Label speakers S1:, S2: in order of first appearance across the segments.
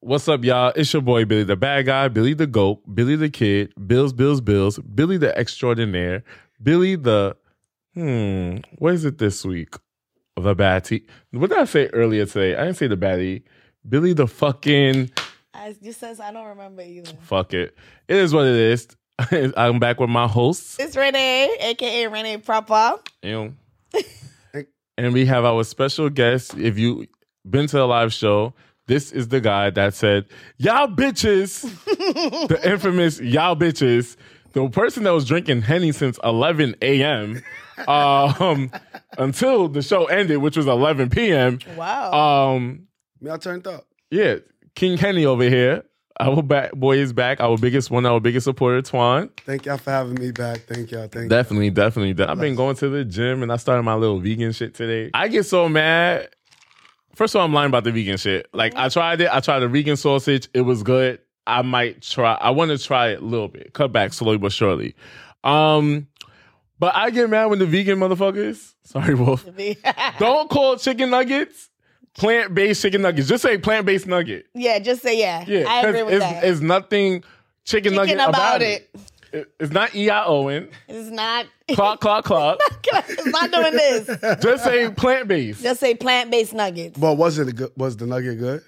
S1: What's up, y'all? It's your boy Billy the Bad Guy, Billy the Goat, Billy the Kid, Bills, Bills, Bills, Billy the Extraordinaire, Billy the Hmm, what is it this week? The Batty. What did I say earlier today? I didn't say the Batty. Billy the fucking
S2: I, you says I don't remember either.
S1: fuck it. It is what it is. I'm back with my hosts.
S2: It's Renee, aka Renee Proper.
S1: you know. and we have our special guest. If you been to the live show, this is the guy that said, Y'all bitches. the infamous y'all bitches, the person that was drinking Henny since 11 a.m. Um, until the show ended, which was 11 p.m.
S2: Wow.
S1: Um,
S3: Me, I turned up.
S1: yeah, King Henny over here. Our back boy is back. Our biggest one, our biggest supporter, Twan.
S3: Thank y'all for having me back. Thank y'all. Thank y'all.
S1: Definitely, definitely. de- I've been going to the gym and I started my little vegan shit today. I get so mad. First of all, I'm lying about the vegan shit. Like I tried it. I tried the vegan sausage. It was good. I might try. I want to try it a little bit. Cut back slowly but surely. Um, but I get mad when the vegan motherfuckers. Sorry, Wolf. Don't call chicken nuggets plant based chicken nuggets. Just say plant based nugget.
S2: yeah, just say yeah.
S1: Yeah,
S2: I
S1: 'cause
S2: agree with
S1: it's,
S2: that.
S1: it's nothing chicken,
S2: Chicken
S1: nugget about,
S2: about
S1: it. It- It's not E I O N.
S2: It's not.
S1: Clock, clock, clock.
S2: it's not doing this.
S1: Just say plant based.
S2: Just say plant based nuggets.
S3: But was it a good? Was the nugget good?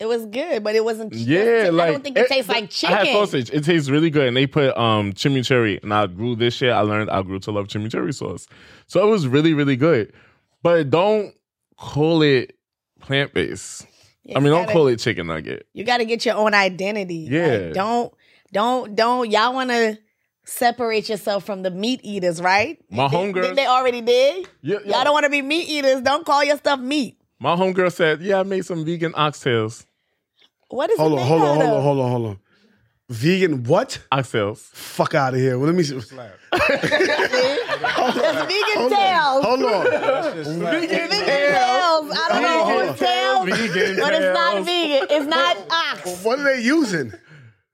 S2: It was good, but it wasn't.
S1: Yeah, like
S2: I don't think it, tastes
S1: the-
S2: like chicken.
S1: I had sausage. It tastes really good, and they put um chimichurri. And I grew this year. I learned I grew to love chimichurri sauce, so it was really really good. But don't call it plant based. I
S2: Yeah,
S1: mean,
S2: you
S1: don't
S2: gotta-
S1: call it chicken nugget.
S2: You got to get your own identity. Like,
S1: Yeah.
S2: don't don't don't. Y'all want to separate yourself from the meat eaters, right?
S1: My
S2: They-
S1: homegirl,
S2: They already did.
S1: yeah, yeah.
S2: Y'all don't want to be meat eaters. Don't call your stuff meat.
S1: my homegirl said, "Yeah, I made some vegan oxtails.
S2: What is
S3: Hold
S2: it
S3: on,
S2: made
S3: hold on,
S2: out
S3: hold on,
S2: of?
S3: hold on, hold on. Vegan what?
S1: Oxtails.
S3: Fuck out of here. Well, let me see.
S2: It's vegan tails.
S3: Hold on.
S1: Vegan
S2: Vegan tails. I don't know
S1: Vegan
S2: who's tails,
S1: vegan
S2: but it's not
S1: tails.
S2: vegan. It's not ox.
S3: What are they using?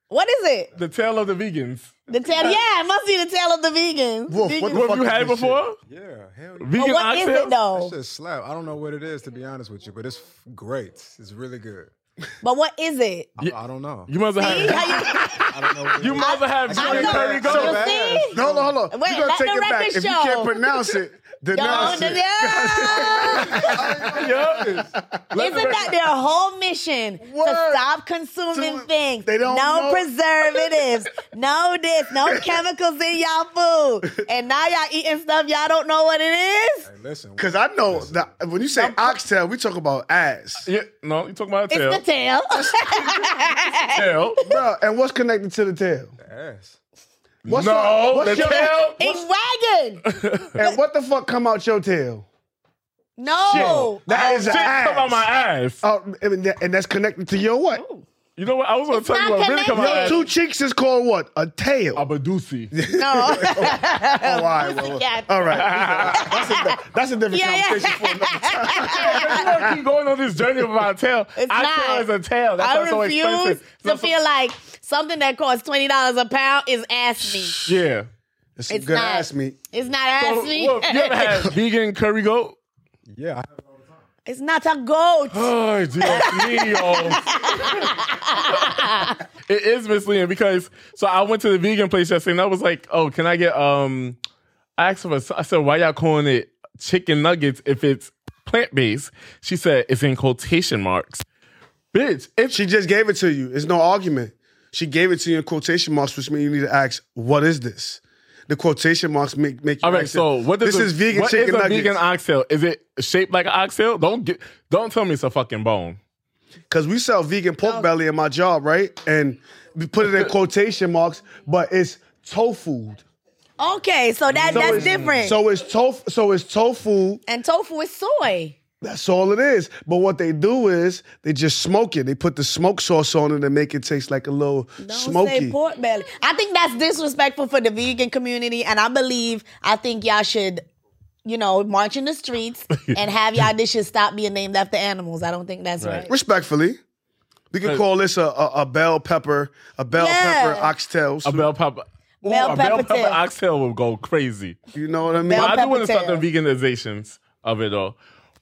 S2: What is it?
S1: The tail of the vegans.
S2: The tail? Yeah, it must be the tail of the vegans.
S3: Wolf,
S2: Vegan-
S3: what the
S1: What
S3: fuck
S1: have you
S3: is
S1: had
S3: this
S1: before?
S4: Yeah, hell yeah.
S1: Vegan
S2: but what is
S1: oxtails?
S2: it though?
S4: That shit slap. I don't know what it is to be honest with you, but it's f- great. It's really good.
S2: But what is it?
S4: I- I, don't know.
S1: You must have
S2: See
S1: had.
S2: how you?
S4: I don't know. What it
S1: You
S4: is.
S1: must have had
S4: I
S1: vegan
S4: know.
S1: curry
S4: I
S1: goat.
S4: know.
S2: So see?
S3: No, hold on, hold on.
S2: Wait,
S3: You're gonna
S2: let
S3: take
S2: the
S3: it back.
S2: record
S3: If you
S2: show.
S3: can't pronounce it,
S2: Don't,
S3: denounce it.
S2: yeah. Isn't that their whole mission to
S3: Word.
S2: stop consuming
S3: To-
S2: things?
S3: they don't
S2: no
S3: know.
S2: preservatives, no this, no chemicals in y'all food, and now y'all eating stuff y'all don't know what it is.
S4: Hey, listen.
S3: Because I know that when you say oxtail, we talk about ass.
S1: Yeah, no, you talking about a
S2: It's
S1: tail.
S2: the tail.
S1: tail.
S3: Bro, and what's connected to the tail?
S4: Ass.
S3: What's
S1: no,
S3: your- what's
S1: the
S3: your-
S1: tail.
S2: it's wagon.
S3: And what the fuck come out your tail?
S2: No.
S3: That is
S1: Oh, Shit
S3: an
S1: come out
S3: ass.
S1: my ass. Uh,
S3: Oh, I mean, that- and that's connected to your what?
S1: You know what? I was gonna
S2: It's
S1: tell you
S2: not
S1: what really come out my
S3: Your
S1: ass.
S2: connected.
S3: two cheeks is called what? A tail.
S1: A Badusi.
S2: No.
S3: Oh, all right, well, well.
S2: Pussycat.
S3: All right. That's a, that's a different
S2: Yeah, yeah.
S3: conversation for another time.
S1: you wanna keep going on this journey about a tail.
S2: It's
S1: I
S2: not.
S1: tail is a tail. That's
S2: I
S1: why it's so
S2: refuse
S1: expensive.
S2: to
S1: It's
S2: feel like something that costs twenty dollars a pound is ass meat.
S1: so- yeah.
S3: It's some
S2: It's
S3: good
S2: not.
S3: ass meat.
S2: It's not ass
S1: Look,
S2: meat.
S1: you ever had vegan curry goat?
S4: Yeah.
S2: It's not a goat.
S1: Oh, Dios mío. it is misleading because so I went to the vegan place yesterday and I was like, oh, can I get um I asked her, I said, why y'all calling it chicken nuggets if it's plant based? She said it's in quotation marks. Bitch, it's
S3: She just gave it to you. It's no argument. She gave it to you in quotation marks, which means you need to ask, what is this? The quotation marks make, make you
S1: all right.
S3: ask
S1: So what does
S3: this
S1: a-
S3: is vegan
S1: what
S3: chicken
S1: is a
S3: nuggets.
S1: vegan oxtail? Is it shaped like an oxtail? Don't get don't tell me it's a fucking bone.
S3: Because we sell vegan pork
S1: Oh.
S3: belly in my job, right? And we put it in quotation marks, but it's tofu.
S2: Okay, so that that's different.
S3: So it's tofu. So it's tofu.
S2: and tofu is soy.
S3: That's all it is. But what they do is they just smoke it. They put the smoke sauce on it and make it taste like a little
S2: Don't say
S3: smoky.
S2: pork belly. I think that's disrespectful for the vegan community, and I believe I think y'all should, you know, march in the streets and have y'all dishes stop being named after animals. I don't think that's right.
S3: Respectfully, we could call this a, a, a bell pepper, a bell
S2: Yeah.
S3: pepper oxtail.
S1: A
S3: soup.
S1: bell pepper.
S2: Bell
S1: a bell
S2: pepper
S1: pepper
S2: tail.
S1: oxtail will go crazy.
S3: you know what I mean?
S2: Bell-
S1: I do
S2: pepper
S1: want to start the
S2: tail.
S1: veganizations of it all.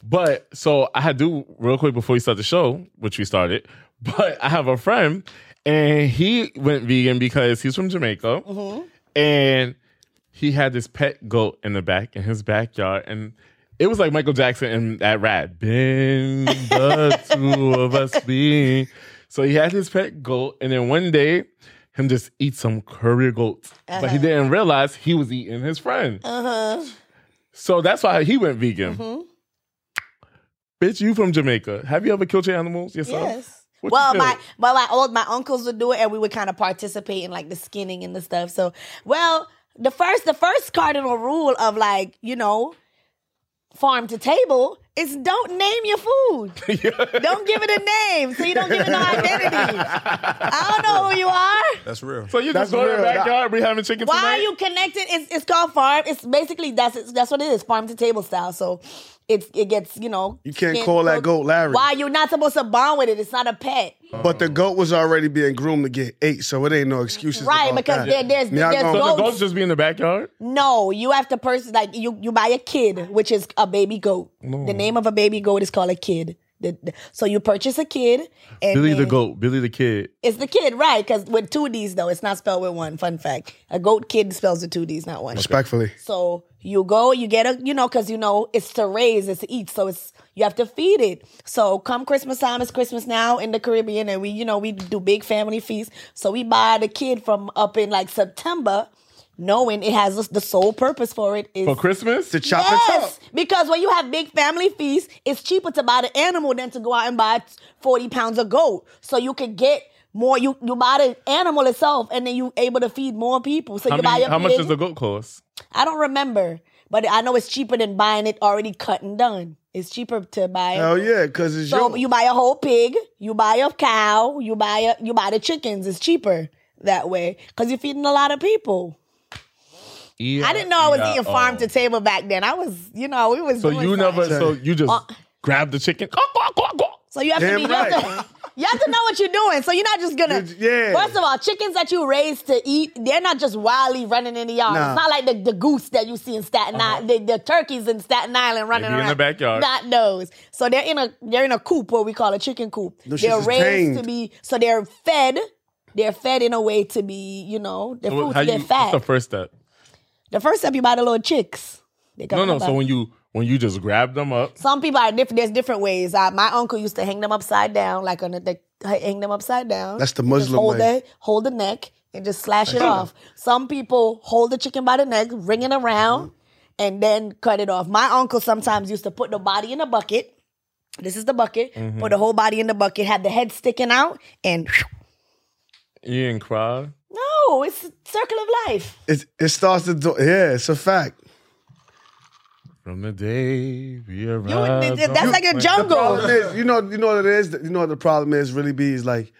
S1: But so I had to real quick before we start the show, which we started. But I have a friend, and he went vegan because he's from Jamaica,
S2: Mm-hmm.
S1: and he had this pet goat in the back in his backyard, and it was like Michael Jackson and that rap, "Been the two of us being." So he had his pet goat, and then one day, him just eat some curry goat, but he didn't realize he was eating his friend.
S2: Uh-huh. Mm-hmm.
S1: So that's why he went vegan. Bitch, you from Jamaica? Have you ever killed your animals yourself?
S2: Yes.
S1: What you
S2: well,
S1: feel?
S2: my well, my old my uncles would do it, and we would kind of participate in like the skinning and the stuff. So, well, the first the first cardinal rule of like you know, farm to table is don't name your food. Don't give it a name, so you don't give it no identity. I don't know who you are.
S4: That's real.
S1: So you
S3: That's
S1: just go to the
S3: real.
S1: backyard, we having chicken
S2: Why
S1: tonight?
S2: are you connected? It's it's called farm. It's basically that's it's, that's what it is, farm to table style. So. It's, it gets you know
S3: You can't call that goat Larry.
S2: Why you're not supposed to bond with it? It's not a pet.
S3: But the goat was already being groomed to get eight, so it ain't no excuses.
S2: Right,
S3: about
S2: because
S3: that.
S2: there- there's-
S3: Y'all
S2: there's
S1: so
S3: gonna-
S1: the goats just be in the backyard?
S2: No, you have to person like you you buy a kid, which is a baby goat. The
S1: Mm.
S2: name of a baby goat is called a kid. The- the- so you purchase a kid and
S1: Billy the
S2: then-
S1: goat, Billy the kid.
S2: It's the kid, right? Because with two D's though, it's not spelled with one. Fun fact: a goat kid spells with two D's, not one.
S3: respectfully.
S2: So you go, you get a, you know, because you know it's to raise, it's to eat, so it's you have to feed it. So come Christmas time, it's Christmas now in the Caribbean, and we, you know, we do big family feasts. So we buy the kid from up in like September, knowing it has the sole purpose for it is
S1: For Christmas?
S3: To chop it up.
S2: Yes, because when you have big family feasts, it's cheaper to buy the animal than to go out and buy forty pounds of goat. So you could get more. You you buy the animal itself, and then you able to feed more people. So
S1: How,
S2: you
S1: many-
S2: buy a
S1: how much
S2: pig.
S1: does the goat cost?
S2: I don't remember, but I know it's cheaper than buying it already cut and done. It's cheaper to buy it.
S3: Hell yeah, because it's
S2: so
S3: your.
S2: you buy a whole pig, you buy a cow, you buy a you buy the chickens. It's cheaper that way because you're feeding a lot of people. I didn't know I was eating farm to table back then. I was, you know, we was.
S1: um, So
S2: doing
S1: you never,
S2: something.
S1: so you just
S2: Uh,
S1: grab the chicken. Quack, quack, quack, quack.
S2: So you have to
S3: Damn
S2: be. You, have
S3: right.
S2: to, you have to know what you're doing. So you're not just gonna.
S3: Did- yeah.
S2: First of all, chickens that you raise to eat, they're not just wildly running in the yard.
S3: Nah. Uh-huh.
S2: It's not like the, the goose that you see in Staten Island, the, the turkeys in Staten Island running
S1: be in
S2: around
S1: the backyard.
S2: Not those. So they're in a they're in a coop, what we call a chicken coop.
S3: Those
S2: they're
S3: shits is
S2: raised
S3: tamed.
S2: to be. So they're fed. They're fed in a way to be, you know, they're food
S1: How
S2: to
S1: you- what's
S2: get fat.
S1: the
S2: The,
S1: first step?
S2: first step, you buy the little chicks. They come
S1: No,
S2: in
S1: no.
S2: the
S1: So
S2: bucket.
S1: when you when you just grab them up,
S2: Some people are different. There's different ways. Uh, my uncle used to hang them upside down, like on the, the uh, hang them upside down.
S3: That's the
S2: Just
S3: Muslim
S2: hold
S3: way.
S2: The, hold the neck and just slash it off. Some people hold the chicken by the neck, ring it around,
S3: Mm-hmm.
S2: and then cut it off. My uncle sometimes used to put the body in a bucket. This is the bucket.
S3: Mm-hmm.
S2: Put the whole body in the bucket. Have the head sticking out, and
S1: you didn't cry.
S2: no, it's a circle of life.
S3: It, it starts to do. Yeah, it's a fact.
S1: From the day we arrived.
S2: You, th- th- that's
S1: on-
S2: like a
S3: Uh, Problem
S2: jungle.
S3: is, you know, you know what it is. You know what the problem is. Really, be is like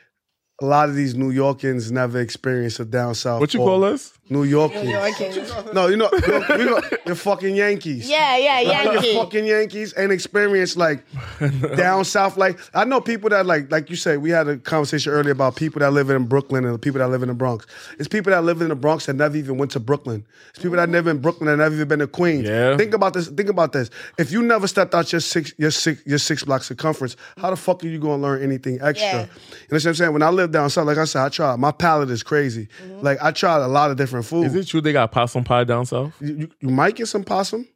S3: a lot of these New Yorkans never experienced a down south.
S1: What you
S3: or
S1: call us?
S3: New Yorkers.
S2: Okay.
S3: No, you know, you know, you're fucking Yankees.
S2: Yeah, yeah,
S3: Like,
S2: Yankee.
S3: Your fucking Yankees ain't experienced like down south. Like I know people that like like you say. We had a conversation earlier about people that live in Brooklyn and the people that live in the Bronx. It's people that live in the Bronx that never even went to Brooklyn. It's people that never in Brooklyn that never even been to Queens.
S1: Yeah.
S3: Think about this. Think about this. If you never stepped out your six your six your six block circumference, how the fuck are you gonna learn anything extra?
S2: Yeah.
S3: You know what I'm saying? When I lived down south, like I said, I tried. My palate is crazy. Like I tried a lot of different foods.
S1: Is it true they got possum pie down south?
S3: you, you, you might get some possum.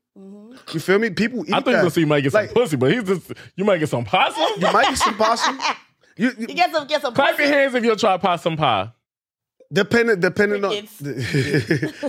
S3: You feel me? People eat
S1: I think
S3: that.
S1: you might get some
S3: Like-
S1: pussy, but he's just you might get some possum.
S3: You might get some possum. You, you,
S2: You get some, get some.
S1: Clap your hands if you'll try possum pie.
S3: depending depending on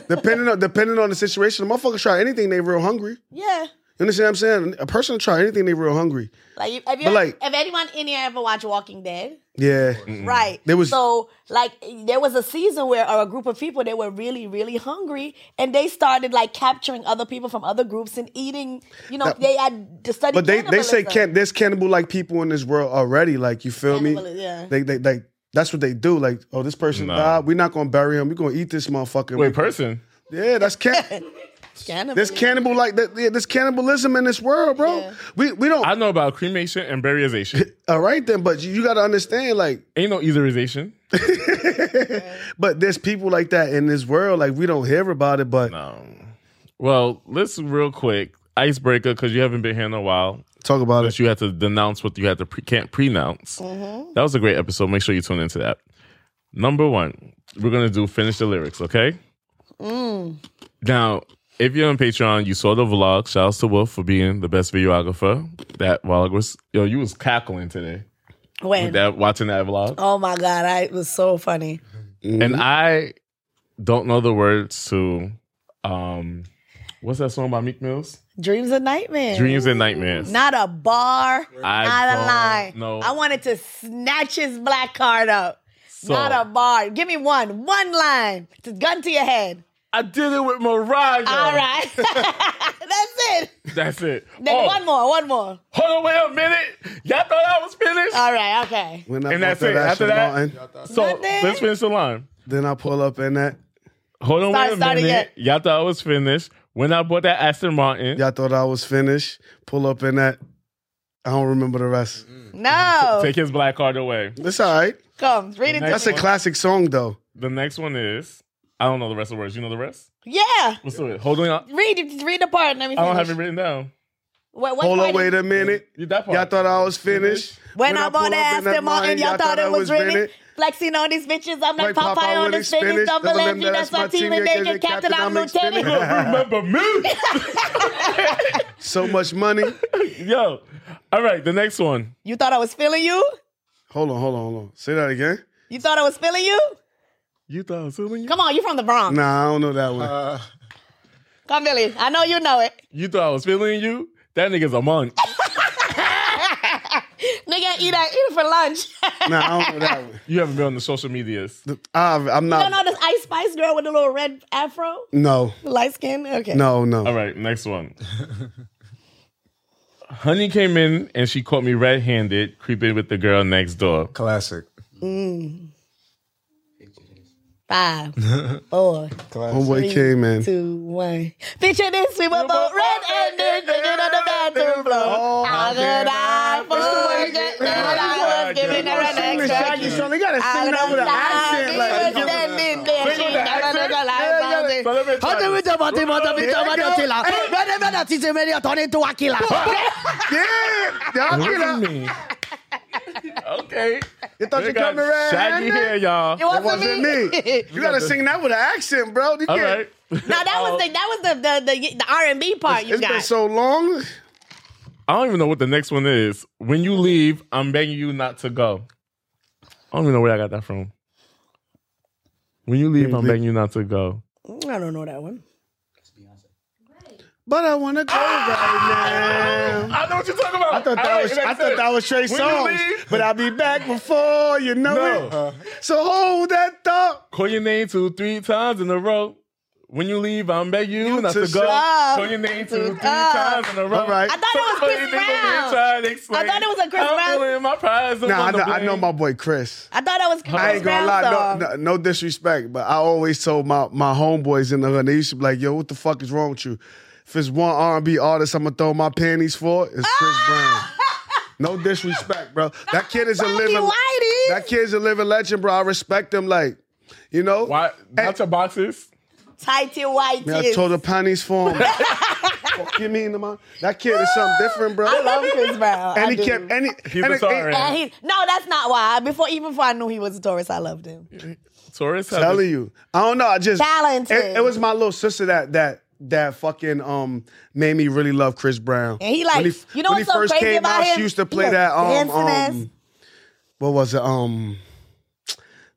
S3: depending on depending on the situation, the motherfuckers try anything they real hungry.
S2: Yeah.
S3: You understand what I'm saying? A person try anything they real hungry.
S2: Like if, if you
S3: But, like-
S2: if anyone in here ever watched Walking Dead,
S3: Yeah.
S2: right?
S3: There was-
S2: so like there was a season where or a group of people they were really really hungry and they started like capturing other people from other groups and eating. You know
S3: That-
S2: they had to study.
S3: But they, they say
S2: cannibalism.
S3: can, there's cannibal like people in this world already. Like you feel
S2: Cannibal-
S3: me?
S2: yeah.
S3: They they like that's what they do. Like oh this person
S1: No.
S3: died. We're not gonna bury him. We're gonna eat this motherfucker.
S1: Wait, person.
S3: yeah, that's can.
S2: Cannibal-
S3: There's cannibal like that. Yeah, there's cannibalism in this world, bro.
S2: Yeah.
S3: We we don't.
S1: I know about cremation and burialization.
S3: all right then, but you, you got to understand like
S1: Ain't no etherization.
S3: But there's people like that in this world. Like we don't hear about it, but
S1: Well, let's real quick. icebreaker because you haven't been here in a while.
S3: Talk about
S1: But
S3: it.
S1: you had to denounce what you had to pre- can't pronounce.
S2: Mm-hmm.
S1: That was a great episode. Make sure you tune into that. Number one, we're gonna do finish the lyrics, okay?
S2: Mm.
S1: Now, if you're on Patreon, you saw the vlog. Shouts to Wolf for being the best videographer. That vlog was yo, you was cackling today.
S2: When?
S1: with that watching that vlog.
S2: Oh my God, I it was so funny. Oh.
S1: And I don't know the words to um what's that song by Meek Mills?
S2: Dreams and nightmares.
S1: Dreams and Nightmares.
S2: Not a bar,
S1: I
S2: not a
S1: don't
S2: line.
S1: know.
S2: I wanted to snatch his black card up.
S1: So,
S2: Not a bar. Give me one. One line. Just gun to your head.
S1: I did it with Mariah.
S2: All right. That's it.
S1: That's it.
S2: Then
S1: Oh,
S2: one more. One more.
S1: Hold on, wait a minute. Y'all thought I was finished?
S2: All right. Okay.
S3: When
S1: And that's
S3: bought
S1: it. After
S3: Ashen
S1: that-
S3: Martin,
S1: so
S2: nothing.
S1: let's finish the line.
S3: then I pull up in that.
S1: Hold on,
S2: Start-
S1: wait a
S2: start
S1: minute.
S2: again.
S1: Y'all thought I was finished. When I bought that Aston Martin,
S3: Y'all thought I was finished. Pull up in that. I don't remember the rest.
S2: No.
S1: take his black card away.
S3: Mm-hmm. It's all right.
S2: Come. Read it. to
S3: That's
S2: me.
S3: a classic song though.
S1: The next one is I don't know the rest of the words. You know the rest?
S2: Yeah.
S1: What's the word? Holding on.
S2: Read it. Read the part. Let
S1: I
S2: me finish.
S1: don't have it written down.
S2: Wait, what
S3: Hold
S2: part
S3: on,
S2: did-
S3: wait a minute.
S1: That part.
S3: Y'all thought I was finished.
S2: When, I
S3: pull
S2: bought the
S3: up in
S2: Aston Martin,
S3: line,
S2: y'all thought it was really
S3: finished.
S2: flexing on these bitches. I'm like
S3: Like Popeye
S2: Popeye on
S3: with
S2: the
S3: his
S2: spinach,
S3: spinach,
S2: double
S3: double
S2: entry.
S3: M,
S2: That's my team, and they get captain, I'm
S3: I'm
S2: lieutenant.
S3: expendable.
S1: remember me.
S3: So much money.
S1: Yo. All right, the next one.
S2: You thought I was feeling you?
S3: Hold on, hold on, hold on. Say that again.
S2: You thought I was feeling you?
S1: You thought I was feeling you?
S2: Come on, you from the Bronx.
S3: Nah, I don't know that one.
S4: Uh,
S2: Come, Billy. I know you know it.
S1: You thought I was feeling you? That nigga's a monk.
S2: Nigga, eat that. Eat it for lunch.
S3: nah, I don't know that one.
S1: You haven't been on the social medias.
S3: I, I'm
S2: you don't know
S3: not.
S2: this Ice Spice girl with the little red afro?
S3: No,
S2: Light skin? Okay.
S3: no,
S1: All
S3: no.
S1: right, next one. Honey came in and she caught me red handed creeping with the girl next door.
S4: classic.
S2: Five, four,
S4: Classic.
S3: Homeboy came in.
S2: two, one. Picture this, we were both red-handed, naked on the bathroom floor.
S3: Oh,
S2: How could I forget that I was giving her an
S3: Sing the Shaggy
S2: extra kiss?
S3: song. They gotta
S2: I
S3: sing that with an accent. Like,
S2: was standing there, she
S1: with the
S2: never
S1: accent?
S2: looked like
S3: Yeah, yeah.
S2: something.
S1: So let me try this.
S3: yeah, y'all get up.
S1: Okay.
S3: You thought
S1: They
S3: you
S1: got
S3: coming around?
S1: Shaggy here, y'all.
S2: It
S3: That wasn't me. You gotta sing that with an accent, bro. You
S1: All
S3: can't-
S1: right.
S2: Now that was the that was the the the, the R and B part you
S3: It's been
S2: got.
S3: so long.
S1: I don't even know what the next one is. When you leave, I'm begging you not to go. I don't even know where I got that from. When you leave, I'm begging you not to go.
S2: I don't know that one.
S3: But I wanna go right now.
S1: I know what you're talking about.
S3: I thought that was I thought that was Trey
S1: When you
S3: Songz.
S1: leave-
S3: But I'll be back before you know
S1: No.
S3: it. So hold that thought.
S1: Call your name two, three times in a row. When you leave, I'm begging you, not to
S3: to
S1: go.
S2: stop.
S1: Call your name two, three
S2: stop.
S1: times in a row.
S3: All right.
S2: I thought it was
S1: Somebody
S2: Chris
S1: think I'm gonna
S2: Brown.
S1: try to explain.
S2: thought it was a Chris
S1: I'm
S2: Brown.
S1: feeling my prize. I'm
S3: Nah, I
S1: on the
S3: know, I know
S1: blame.
S3: my boy Chris.
S2: I thought that was
S1: I
S3: I
S2: Chris
S3: ain't gonna
S2: Brown
S3: lie,
S2: song.
S3: no, no, no disrespect, but I always told my, my homeboys in the hood, they used to be like, yo, what the fuck is wrong with you? If it's one R&B artist I'm gonna throw my panties for, it's Chris Brown. No disrespect, bro. That kid is a
S2: Funky
S3: living
S2: whitey.
S3: That kid's a living legend, bro. I respect him, like, you know?
S1: Why?
S3: Hey.
S1: Not your boxes.
S2: Tighty white.
S3: Man, I told the panties for him. fuck you mean, man? That kid is something different, bro.
S2: I love Chris Brown. I
S3: and
S2: do.
S3: he kept any
S1: Keep it sorry.
S2: And he, no, that's not why. Before even before I knew he was a Taurus, I loved him.
S1: Taurus. has a-
S3: telling you. I don't know. I just
S2: Talented.
S3: It, it was my little sister that that that fucking um made me really love Chris Brown.
S2: And he like, you know
S3: when
S2: what's
S3: he
S2: so
S3: first
S2: crazy
S3: came
S2: about
S3: out,
S2: him?
S3: She used to
S2: He
S3: play
S2: was
S3: that um,
S2: dancing ass.
S3: um what was it um.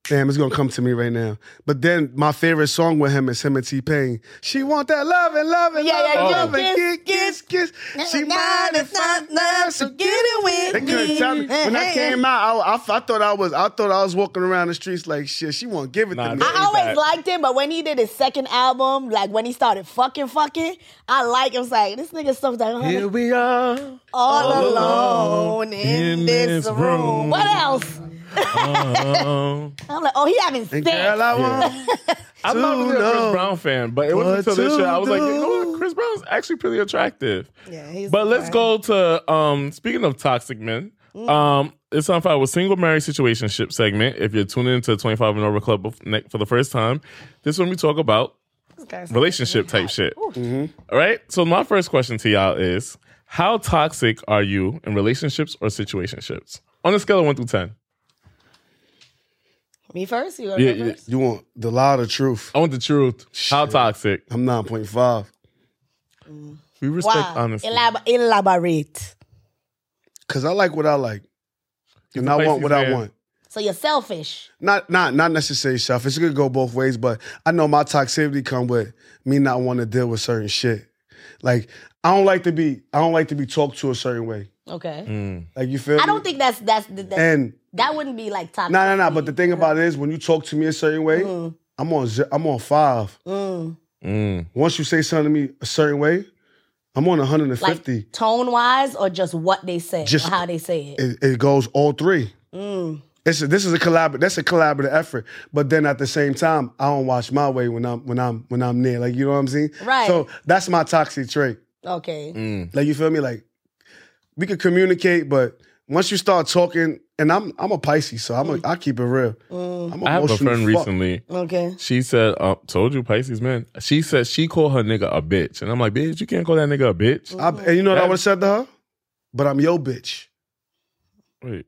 S3: Damn, it's gonna come to me right now. But then my favorite song with him is him and T Pain. She want that love and love and
S2: Yeah,
S3: love
S2: yeah,
S3: and
S2: yeah.
S3: love and
S2: Kiss,
S3: kiss, kiss, kiss. She mine if I love, so get it
S2: with
S3: they couldn't tell me when
S2: Mm-hmm.
S3: I came out. I, I, I thought I was. I thought I was walking around the streets like shit. She won't give it
S1: Nah,
S3: to me.
S1: that-
S2: I always
S1: Bad.
S2: liked him, but when he did his second album, like when he started fucking fucking, I like. I was like, this nigga stuff like
S1: Here we are.
S2: all,
S1: all
S2: alone
S1: alone
S2: in,
S1: in this
S2: this room.
S1: room.
S2: What else?
S1: Oh.
S2: I'm like, oh, he having
S3: Uh-huh.
S2: sex.
S3: And girl, I want.
S1: I'm not really a Chris
S3: know
S1: Brown fan, but it
S3: what
S1: wasn't until this
S3: to
S1: year I was like, you know
S3: do.
S1: what? Chris Brown's actually pretty attractive.
S2: Yeah, he's
S1: But let's go to um speaking of toxic men.
S2: Mm.
S1: Um, it's on fire with single married situationship segment. If you're tuning into 25 and over club bef- ne- for the first time, this is when we talk about relationship type shit. All right. So my first question to y'all is: How toxic are you in relationships or situationships? On a scale of one through ten,
S2: Me first? You go
S1: Yeah,
S2: yeah,
S1: yeah.
S2: first?
S3: You want the loud or truth?
S1: I want the truth. How toxic?
S3: I'm nine point five.
S1: We respect
S2: Why?
S1: honesty.
S2: Elab- elaborate.
S3: Cause I like what I like, and
S1: a
S3: I want
S1: Pisces
S3: what I
S1: man.
S3: want.
S2: So you're selfish.
S3: Not not not necessarily self. It's gonna go both ways, but I know my toxicity come with me not want to deal with certain shit. Like I don't like to be I don't like to be talked to a certain way.
S2: Okay.
S1: Mm,
S3: Like you feel?
S2: I
S3: me?
S2: don't think that's that's, that's
S3: And
S2: that wouldn't be like toxic.
S3: no no no. But the thing about it is, when you talk to me a certain way,
S2: Mm-hmm.
S3: I'm on ze- I'm on five.
S2: Mm.
S1: Mm.
S3: Once you say something to me a certain way, I'm on 150.
S2: like tone wise or just what they say
S3: Just-
S2: or how they say it. Mm,
S3: it, it goes all three. It's a, this is a collab. That's a collaborative effort. But then at the same time, I don't watch my way when I'm when I'm when I'm near. Like you know what I'm saying?
S2: Right.
S3: So Mm. that's my toxic trait.
S2: Okay.
S1: mm.
S3: Like you feel me? Like we could communicate, but once you start talking, and I'm I'm a Pisces, so I'm a, I keep it real. I'm
S1: I have a
S3: emotional
S1: friend
S3: fuck.
S1: recently.
S2: Okay.
S1: She said, uh, "Told you, Pisces man." She said she called her nigga a bitch, and I'm like, "Bitch, you can't call that nigga a bitch."
S3: I, and you know what I would have said to her? But I'm your bitch.
S1: Wait,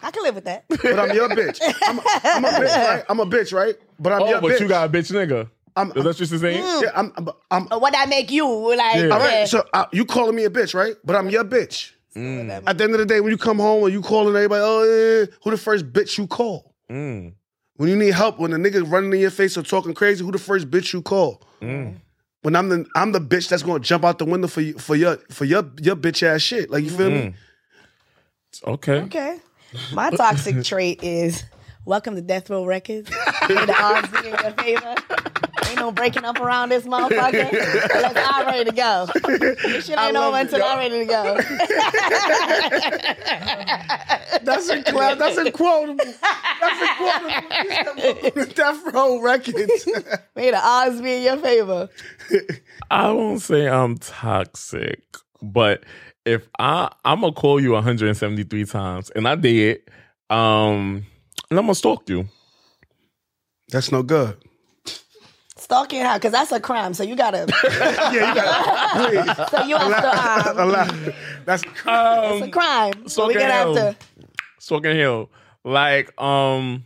S2: I can live with that.
S3: But I'm your bitch. I'm, I'm a bitch, right? I'm a bitch, right? But I'm
S1: oh,
S3: your
S1: but
S3: bitch.
S1: you got a bitch nigga.
S3: I'm,
S1: Is
S3: I'm,
S1: that what you're saying?
S3: yeah, I'm, I'm, I'm
S2: Or what I make you like
S1: Yeah.
S3: All right,
S2: yeah.
S3: so uh, you calling me a bitch, right? But I'm your bitch.
S2: Mm.
S3: At the end of the day, when you come home and you calling everybody, oh, yeah, yeah, who the first bitch you call?
S1: Mm.
S3: When you need help, when the nigga running in your face or talking crazy, who the first bitch you call? When I'm the I'm the bitch that's gonna jump out the window for you for your for your your bitch ass shit. Like you feel me? mm.
S1: Okay.
S2: Okay. My toxic trait is welcome to Death Row Records. May the odds be in your favor. Ain't no breaking up around this motherfucker. Unless I'm ready to go. This shit ain't over until I'm ready to go.
S3: That's a clap. That's a quote. That's a quote. Death Row Records.
S2: May the odds be in your favor.
S1: I won't say I'm toxic, but if I I'm gonna call you 173 times and I did, um, and I'm gonna stalk you.
S3: that's no good.
S2: Stalking how? Because that's a crime. So you gotta.
S3: Yeah, you got
S2: So you have to. Um,
S3: allow. That's
S1: Uh,
S2: it's
S3: Um.
S2: a crime. So we
S1: Stalking
S2: gonna have
S1: hell.
S2: to.
S1: Stalking Hill. Like, um,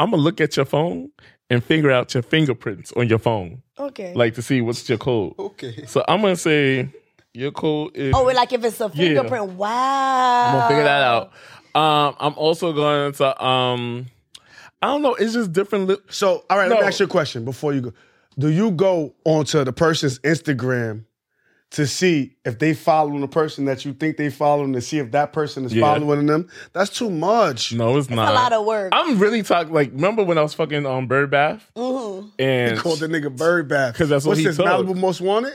S1: I'm gonna look at your phone and figure out your fingerprints on your phone,
S2: Okay.
S1: like to see what's your code.
S4: Okay.
S1: So I'm gonna say your code is.
S2: oh, uh. we're like if it's a fingerprint. Wow.
S1: I'm gonna figure that out. Um, I'm also going to um, I don't know. It's just different. Li-
S3: So, all right, let me
S1: No.
S3: ask you a question before you go. Do you go onto the person's Instagram to see if they following the person that you think they following to see if that person is
S1: Yeah.
S3: following them? That's too much.
S1: no, it's not.
S2: A lot of work.
S1: I'm really talking. Like, remember when I was fucking on Bird Bath?
S2: Mm-hmm.
S1: And
S3: Called the nigga Bird Bath.
S1: 'Cause that's what
S3: What's
S1: he
S3: this,
S1: took.
S3: Malibu Most Wanted?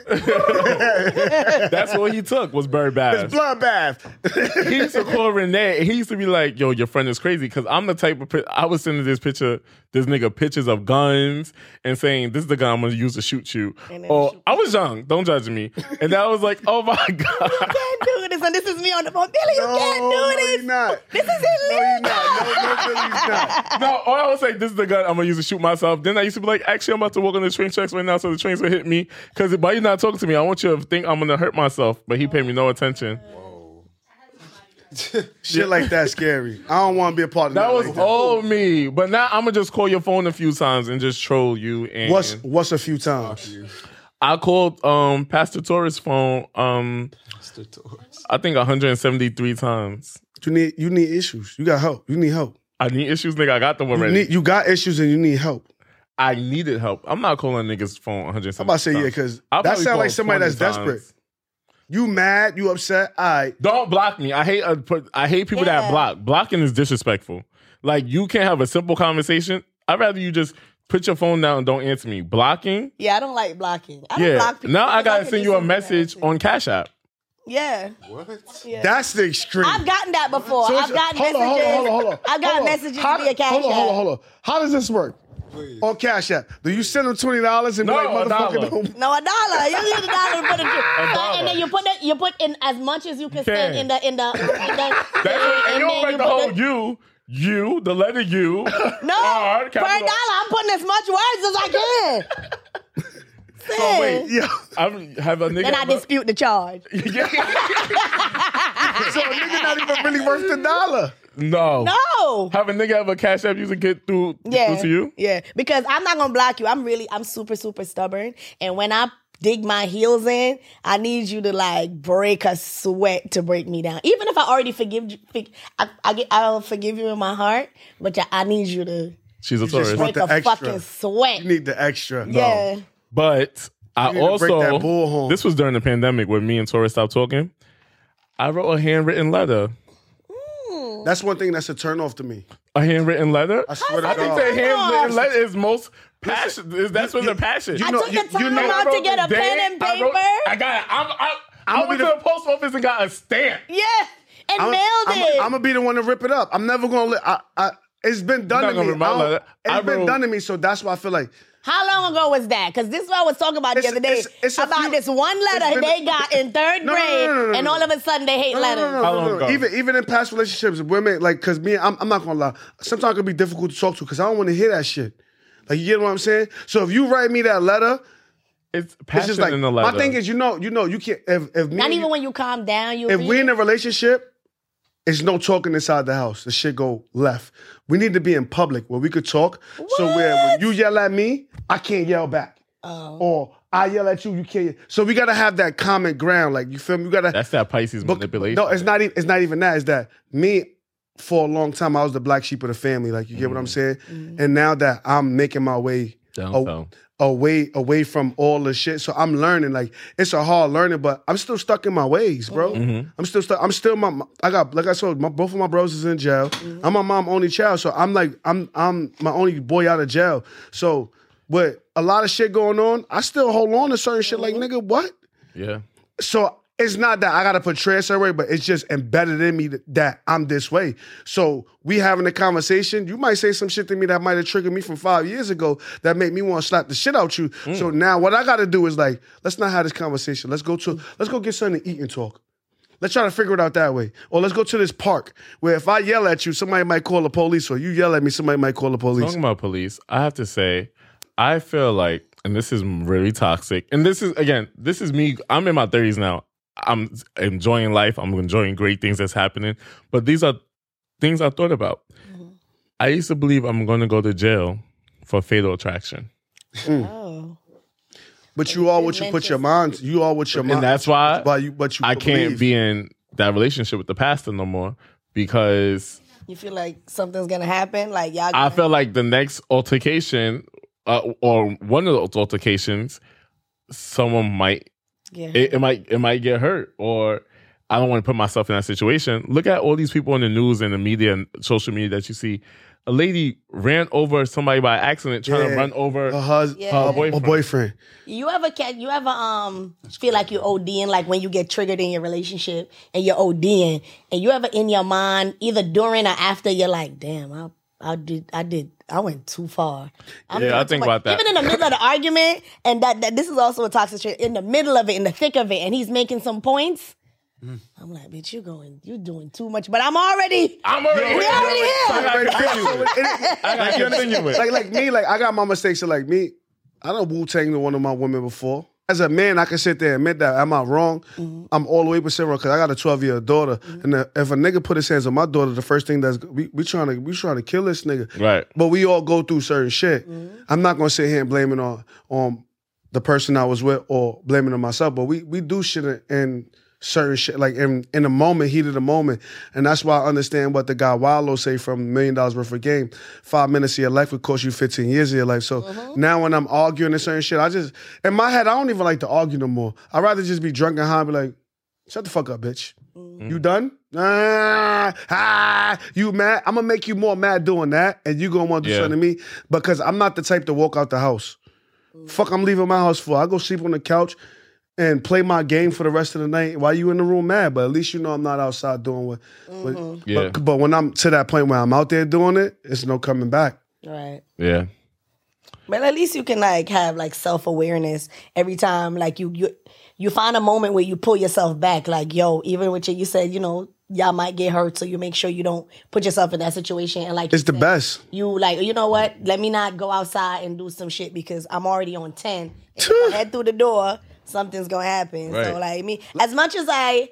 S1: that's what he took was Bird Bath.
S3: Bloodbath.
S1: he used to call Renee. and He used to be like, "Yo, your friend is crazy." Because I'm the type of. pi- I was sending this picture, this nigga pictures of guns and saying, "This is the gun I'm gonna use to shoot you."
S2: then
S1: Or
S2: shoot.
S1: I was young. Don't judge me. And I was like, "Oh my god."
S2: can't do this, and this is me on the phone. Billy, you
S3: no,
S2: can't do
S3: no,
S2: this.
S3: he not.
S2: This is
S3: No, he
S2: illegal.
S3: not. No, no, Billy, he's not.
S1: No, or I was like, this is the gun I'm gonna use to shoot myself. Then I used to be like, actually, I'm about to walk on the train tracks right now, so the trains will hit me. Because by you not talking to me, I want you to think I'm gonna hurt myself. But he paid me no attention.
S4: Oh.
S3: Shit like that scary. I don't want to be a part of that.
S1: That was
S3: like that.
S1: all me. But now I'm gonna just call your phone a few times and just troll you. And
S3: What's what's a few times?
S1: I called um Pastor Torres' phone um
S4: Mr. Torres.
S1: I think 173 times.
S3: You need you need issues. You got help. You need help.
S1: I need issues, nigga. I got them
S3: You,
S1: already.
S3: need, you got issues and you need help.
S1: I needed help. I'm not calling niggas' phone 173.
S3: I'm about to say
S1: times.
S3: yeah, because
S1: I'll
S3: that
S1: probably
S3: sounds
S1: call
S3: like somebody
S1: 20
S3: that's
S1: times.
S3: desperate. You mad? You upset? All right.
S1: Don't block me. I hate uh, put- I hate people that
S2: Yeah.
S1: block. Blocking is disrespectful. Like you can't have a simple conversation. I'd rather you just put your phone down and don't answer me. Blocking.
S2: Yeah, I don't like blocking. I don't
S1: Yeah.
S2: block people.
S1: now I
S2: because
S1: gotta
S2: could
S1: send
S2: do
S1: you a
S2: something
S1: message
S2: nasty.
S1: on Cash App.
S2: Yeah,
S4: What?
S2: yeah.
S3: That's the extreme.
S2: I've gotten that before.
S3: So it's-
S2: I've gotten
S3: hold
S2: messages.
S3: on, hold on, hold on, hold on.
S2: I've gotten
S3: Hold on.
S2: messages
S3: How-
S2: via Cash
S3: Hold on, hold on,
S2: App.
S3: hold on. How does this work?
S4: Please.
S3: On Cash App, do you send them twenty dollars and
S1: No,
S3: be like,
S1: a
S3: motherfucker,
S1: dollar.
S3: don't.
S2: No, a dollar. You need a dollar to put it.
S1: dollar.
S2: And then you put it. You put in as much as you can
S1: can.
S2: send in the in the. In the
S1: That's what, and you
S2: then
S1: don't make the
S2: put
S1: whole
S2: it-
S1: you. U, the letter U.
S3: Oh,
S2: No,
S1: R,
S2: per
S1: capital-
S2: dollar, I'm putting as much words as I can.
S1: So wait,
S2: Sis.
S3: Yo,
S1: I'm have a nigga.
S2: Then I dispute the charge.
S3: so a nigga not even really worth the dollar.
S1: no.
S2: No.
S1: Have a nigga have a cash app user get through,
S2: Yeah.
S1: through to you?
S2: Yeah. Because I'm not gonna block you. I'm really I'm super, super stubborn. And when I dig my heels in, I need you to like break a sweat to break me down. Even if I already forgive you, fig- I, I get I'll forgive you in my heart, but yeah, I need you to
S1: She's a
S3: just
S1: tourist.
S3: want
S2: break
S3: the
S2: a
S3: extra.
S2: fucking sweat.
S3: You need the extra.
S2: yeah.
S1: But I
S3: need to break
S1: also
S3: that bullhorn.
S1: this was during the pandemic when me and Tori stopped talking. I wrote a handwritten letter.
S3: That's one thing that's a turnoff to me.
S1: A handwritten letter.
S3: I swear
S1: I
S3: to
S1: think
S3: God.
S1: the handwritten
S2: off.
S1: letter is most passion. is that's where the passion.
S3: you
S2: I
S3: know-
S2: took
S3: you-
S2: the time
S3: you
S1: I
S3: know-
S2: out to
S1: wrote
S2: get a
S1: the
S2: pen and
S1: date, I
S2: paper.
S1: wrote- I got. It. I'm. I, I
S3: I'ma
S1: went
S3: be
S1: to
S3: the-
S1: the post office and got a stamp.
S2: yeah. And mailed it.
S3: I'm gonna be the one to rip it up. I'm never gonna let. I, I, it's been done
S1: not
S3: to
S1: gonna
S3: me.
S1: rip my
S3: I don't-
S1: letter.
S3: It's
S1: I
S3: been
S1: wrote-
S3: done to me, so that's why I feel like
S2: How long ago was that? Because this is what I was talking about the
S3: It's-
S2: other day
S3: it's- it's a
S2: about
S3: few-
S2: this one
S3: it's
S2: letter
S3: been-
S2: they got in third
S3: No, no, no,
S2: grade,
S3: no, no, no,
S2: and
S3: no.
S2: all of a sudden they hate letters.
S1: How long ago?
S3: Even even in past relationships, women like because me, I'm, I'm not gonna lie. Sometimes it can be difficult to talk to because I don't want to hear that shit. Like you get what I'm saying. So if you write me that letter,
S1: It's
S3: it's
S1: passion
S3: just like
S1: in the letter.
S3: my thing is, you know, you know, you can't. If if me,
S2: Not
S3: and
S2: even
S3: you-
S2: when you calm down, you.
S3: if
S2: read
S3: we in
S2: it.
S3: a relationship, it's no talking inside the house. The shit go left. We need to be in public where we could talk. So where when you yell at me, I can't yell back.
S2: Oh.
S3: Or I yell at you, you can't. yell- So we gotta have that common ground. Like you feel me? You gotta.
S1: that's that Pisces
S3: But-
S1: manipulation.
S3: No, it's not. Even, it's not even that. It's that me for a long time I was the black sheep of the family. Like you get what I'm saying. And now that I'm making my way
S1: Downtown.
S3: away away from all the shit, so I'm learning. Like it's a hard learning, but I'm still stuck in my ways, bro. I'm still stuck. I'm still my. my- I got like I said, my, both of my bros is in jail. I'm my mom only child, so I'm like I'm I'm my only boy out of jail. So but a lot of shit going on. I still hold on to certain shit. Like nigga, what?
S1: yeah.
S3: so it's not that I gotta portray a certain way, but it's just embedded in me th- that I'm this way. So we having a conversation. You might say some shit to me that might have triggered me from five years ago that made me want to slap the shit out you.
S1: Mm.
S3: So now what I gotta do is like, let's not have this conversation. Let's go to let's go get something to eat and talk. Let's try to figure it out that way. Or let's go to this park where if I yell at you, somebody might call the police, or you yell at me, somebody might call the police.
S1: Talking about police, I have to say, I feel like, and this is really toxic. And this is again, this is me. I'm in my 30s now. I'm enjoying life. I'm enjoying great things that's happening. But these are things I thought about. I used to believe I'm going to go to jail for fatal attraction,
S2: Oh.
S3: But you are what you put your mind, you are what your mind.
S1: and that's why
S3: why you but you
S1: I can't
S3: believe.
S1: be in that relationship with the pastor no more because
S2: You feel like something's gonna happen, like y'all.
S1: I felt like the next altercation uh, or one of those altercations, someone might
S2: yeah.
S1: it, it might it might get hurt or I don't want to put myself in that situation. Look at all these people in the news and the media and social media that you see. A lady ran over somebody by accident trying to
S3: Yeah.
S1: run over.
S3: a hus-
S2: Yeah. Her
S3: a-
S1: boyfriend.
S3: A boyfriend.
S2: you ever can you ever um feel like you ODing like when you get triggered in your relationship and you're ODing and you ever in your mind either during or after you're like damn I I did I did I went too far. I'm
S1: Yeah, I
S2: doing too
S1: think
S2: much.
S1: about that.
S2: Even in the middle of the argument and that, that this is also a toxic trait in the middle of it in the thick of it and he's making some points.
S1: Mm.
S2: I'm like, bitch, you're going, you're doing too much. But I'm already,
S1: I'm already
S2: we already here.
S1: I gotta continue with.
S3: Like,
S1: I gotta continue with.
S3: like like me, like I got my mistakes. So like me, I don't Wu Tang to one of my women before. As a man, I can sit there and admit that am I wrong? I'm all the way percent wrong because I got a 12 year old daughter, and the, if a nigga put his hands on my daughter, the first thing that's we we trying to we trying to kill this nigga.
S1: Right.
S3: But we all go through certain shit. I'm not gonna sit here and blame it on on the person I was with or blaming it on myself. But we we do shit in- in certain shit like in in the moment, heat of the moment, and that's why I understand what the guy Wallow say from Million Dollars Worth of Game. Five minutes of your life would cost you 15 years of your life. So now when I'm arguing and certain shit, I just in my head I don't even like to argue no more. I'd rather just be drunk and high and be like, shut the fuck up, bitch.
S2: Mm.
S3: You done? Ah, ah, you mad? I'm gonna make you more mad doing that, and you gonna want to do
S1: Yeah.
S3: something to me because I'm not the type to walk out the house.
S2: Mm.
S3: Fuck, I'm leaving my house for. I go sleep on the couch and play my game for the rest of the night while you in the room mad. But at least you know I'm not outside doing what. but-
S2: Mm-hmm.
S1: Yeah.
S3: But, but when I'm to that point where I'm out there doing it, it's no coming back.
S2: Right.
S1: Yeah.
S2: But at least you can like have like self awareness every time like you you you find a moment where you pull yourself back. Like, yo, even with you, you said, you know, y'all might get hurt, so you make sure you don't put yourself in that situation. And like, you
S3: It's the
S2: said,
S3: best.
S2: You like, you know what? Let me not go outside and do some shit because I'm already on ten. And if I head through the door, something's gonna happen.
S1: Right.
S2: So like me, as much as I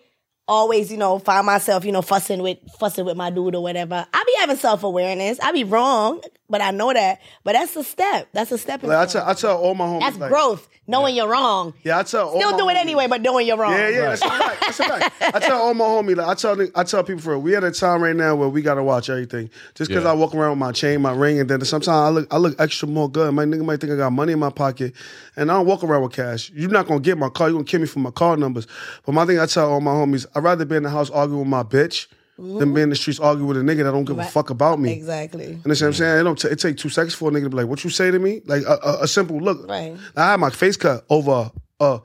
S2: always, you know, find myself, you know, fussing with fussing with my dude or whatever. I be having self awareness. I be wrong, but I know that. But that's a step. That's a step. In
S3: Like, I
S2: growth.
S3: tell I tell all my homies.
S2: that's
S3: like,
S2: growth. Knowing you're wrong.
S3: Yeah, I tell all
S2: Still
S3: my
S2: do it
S3: homies.
S2: anyway, but knowing you're wrong.
S3: Yeah, yeah, that's a fact. That's a fact. I tell all my homie, like I tell, the- I tell people for real, we at a time right now where we gotta watch everything. Just because
S1: Yeah.
S3: I walk around with my chain, my ring, and then sometimes I look, I look extra more good. My nigga might think I got money in my pocket, and I don't walk around with cash. You're not gonna get my car. You are gonna kill me for my car numbers. But my thing, I tell all my homies, I'd rather be in the house arguing with my bitch than be in the streets arguing with a nigga that don't give a
S2: Right.
S3: fuck about me.
S2: Mm-hmm. Exactly.
S3: You know what I'm saying? It don't t- it take two seconds for a nigga to be like, "What you say to me?" Like a, a, a simple look.
S2: Right.
S3: I had my face cut over a,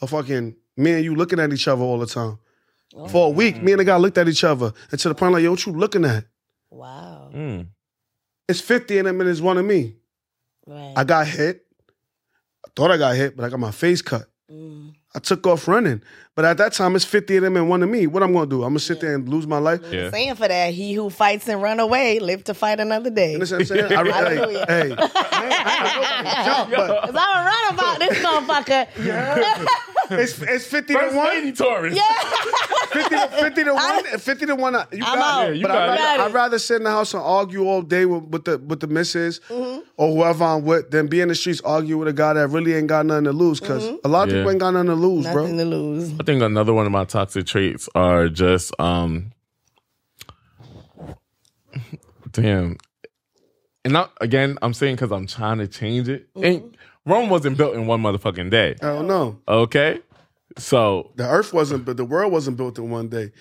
S3: a fucking me and you looking at each other all the time.
S2: Oh,
S3: For a week, me and the guy looked at each other, and to the point like, "Yo, what you looking at?"
S2: Wow.
S1: Mm.
S3: It's fifty, and that minute is one of me.
S2: Right.
S3: I got hit. I thought I got hit, but I got my face cut.
S2: Mm.
S3: I took off running, but at that time, it's fifty of them and one of me. What I'm gonna do? I'm gonna sit there and lose my life?
S1: Yeah.
S2: Saying for that, he who fights and run away, live to fight another day.
S3: You know what I'm saying? I, re-
S2: Hallelujah.
S3: like, hey, I, I, but
S2: Cause I'm run about this motherfucker.
S3: it's it's fifty
S1: First
S3: to one.
S1: lady Taurus.
S3: 50 to, 50 to 1 50 to 1 I-
S2: I'm
S3: you got
S2: out.
S3: it
S1: Yeah, you
S3: but
S1: got
S3: I'd
S1: it.
S2: Got
S3: rather,
S2: it.
S3: I'd rather sit in the house and argue all day with, with the with the missus
S2: Mm-hmm.
S3: or whoever I'm with than be in the streets arguing with a guy that really ain't got nothing to lose because a lot of
S1: Yeah.
S3: people ain't got nothing to
S2: Mm-hmm.
S3: lose
S2: Nothing to
S3: bro
S2: lose.
S1: I think another one of my toxic traits are just um damn. And not again, I'm saying because I'm trying to change it. Ain't Rome wasn't built in one motherfucking day.
S3: I don't know
S1: Okay? So
S3: the earth wasn't but the world wasn't built in one day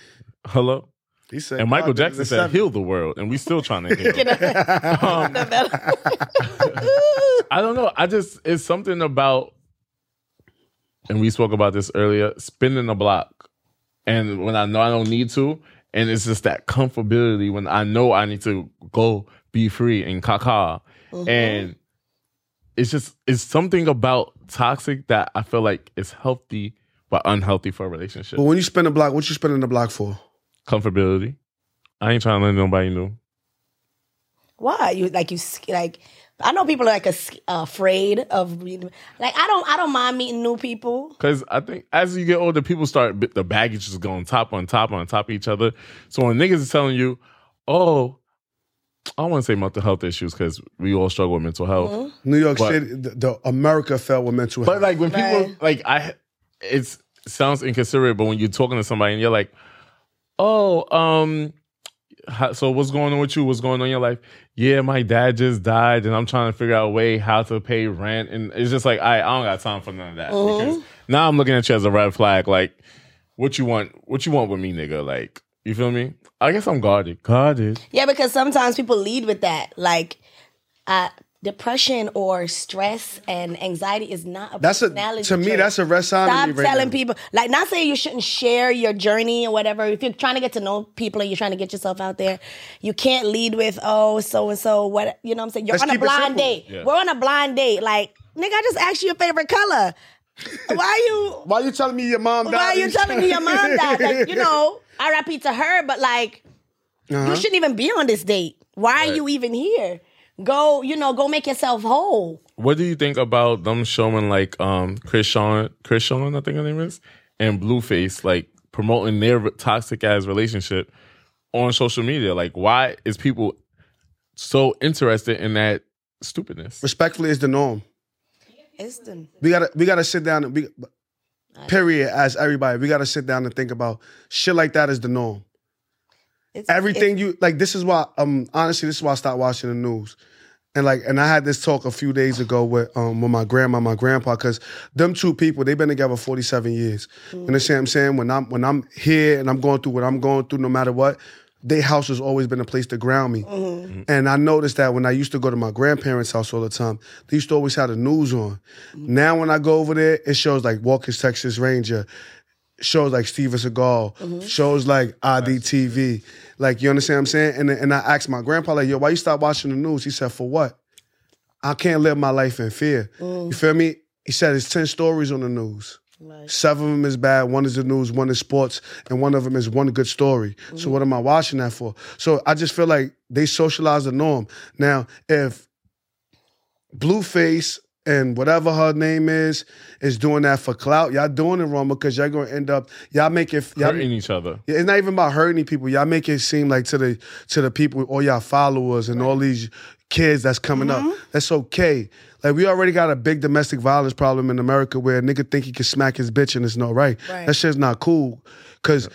S1: hello.
S3: he said
S1: And Michael
S3: God did it in
S1: Jackson
S3: seven.
S1: said, heal the world, and we still trying to heal.
S3: Oh,
S1: I don't know. I just it's something about, and we spoke about this earlier. Spinning the block, and when I know I don't need to, and it's just that comfortability when I know I need to go be free and caca, and it's just it's something about toxic that I feel like is healthy but unhealthy for a relationship.
S3: but when you spin the block what you spinning the block for
S1: Comfortability. I ain't trying to let nobody know.
S2: Why you like you sc- like? I know people are like a, sc- afraid of meeting- like I don't I don't mind meeting new people.
S1: Because I think as you get older, people start the baggage is going top on top on top of each other. So when niggas is telling you, "Oh, I want to say mental health issues," because we all struggle with mental health.
S3: New York
S1: But-
S3: City the, the America fell with mental
S1: But
S3: health
S1: like when people
S2: Right.
S1: like I, it's sounds inconsiderate. But when you're talking to somebody and you're like, "Oh, um." how- So what's going on with you? What's going on in your life? Yeah, my dad just died, and I'm trying to figure out a way how to pay rent. And it's just like I, I don't got time for none of that. Because now I'm looking at you as a red flag. Like, what you want? What you want with me, nigga? Like, you feel me? I guess I'm guarded. Guarded.
S2: Yeah, because sometimes people lead with that like uh, depression or stress and anxiety is not a
S3: that's a
S2: personality
S3: to me
S2: trait.
S3: that's a red sign
S2: Stop
S3: to me right
S2: telling
S3: now.
S2: people like not saying you shouldn't share your journey or whatever. If you're trying to get to know people and you're trying to get yourself out there, you can't lead with oh so and so what you know what I'm saying. You're
S3: Let's
S2: on a
S3: keep it
S2: blind
S3: simple.
S2: date.
S1: Yeah.
S2: We're on a blind date. Like nigga, I just asked you your favorite color. Why you
S3: why you telling me your mom died
S2: why are you telling me your mom died? Like you know, R.I.P. to her. But like
S3: Uh-huh.
S2: you shouldn't even be on this date. Why are
S1: Right.
S2: you even here? Go you know go make yourself whole.
S1: What do you think about them showing like um Chris Sean, Chris Sean, I think her name is, and Blueface like promoting their toxic ass relationship on social media? Like, why is people so interested in that stupidness?
S3: respectfully is the norm
S2: It's the
S3: we gotta we gotta sit down and we period as everybody we gotta sit down and think about shit like that is the norm
S2: it's,
S3: everything you like this is why um honestly this is why i stopped watching the news and like and i had this talk a few days ago with um with my grandma and my grandpa because them two people they've been together 47 years you understand what i'm saying when i'm when i'm here and i'm going through what i'm going through no matter what their house has always been a place to ground me and i noticed that when i used to go to my grandparents house all the time they used to always have the news on now when i go over there it shows like walker's texas ranger shows like Steven Seagal, shows like IDTV. Like, you understand what I'm saying? And, and I asked my grandpa, like, yo, why you stop watching the news? He said, for what? I can't live my life in fear. You feel me? He said, it's 10 stories on the news. Seven of them is bad. One is the news. One is sports, and one of them is one good story. So what am I watching that for? So I just feel like they socialize the norm. Now, if Blueface and whatever her name is is doing that for clout, y'all doing it wrong because y'all gonna end up y'all make it y'all,
S1: hurting each other.
S3: yeah, it's not even about hurting people. Y'all make it seem like to the to the people, all y'all followers and all these kids that's coming up. That's okay. Like we already got a big domestic violence problem in America where a nigga think he can smack his bitch and it's no right.
S2: Right.
S3: That shit's not cool. Cause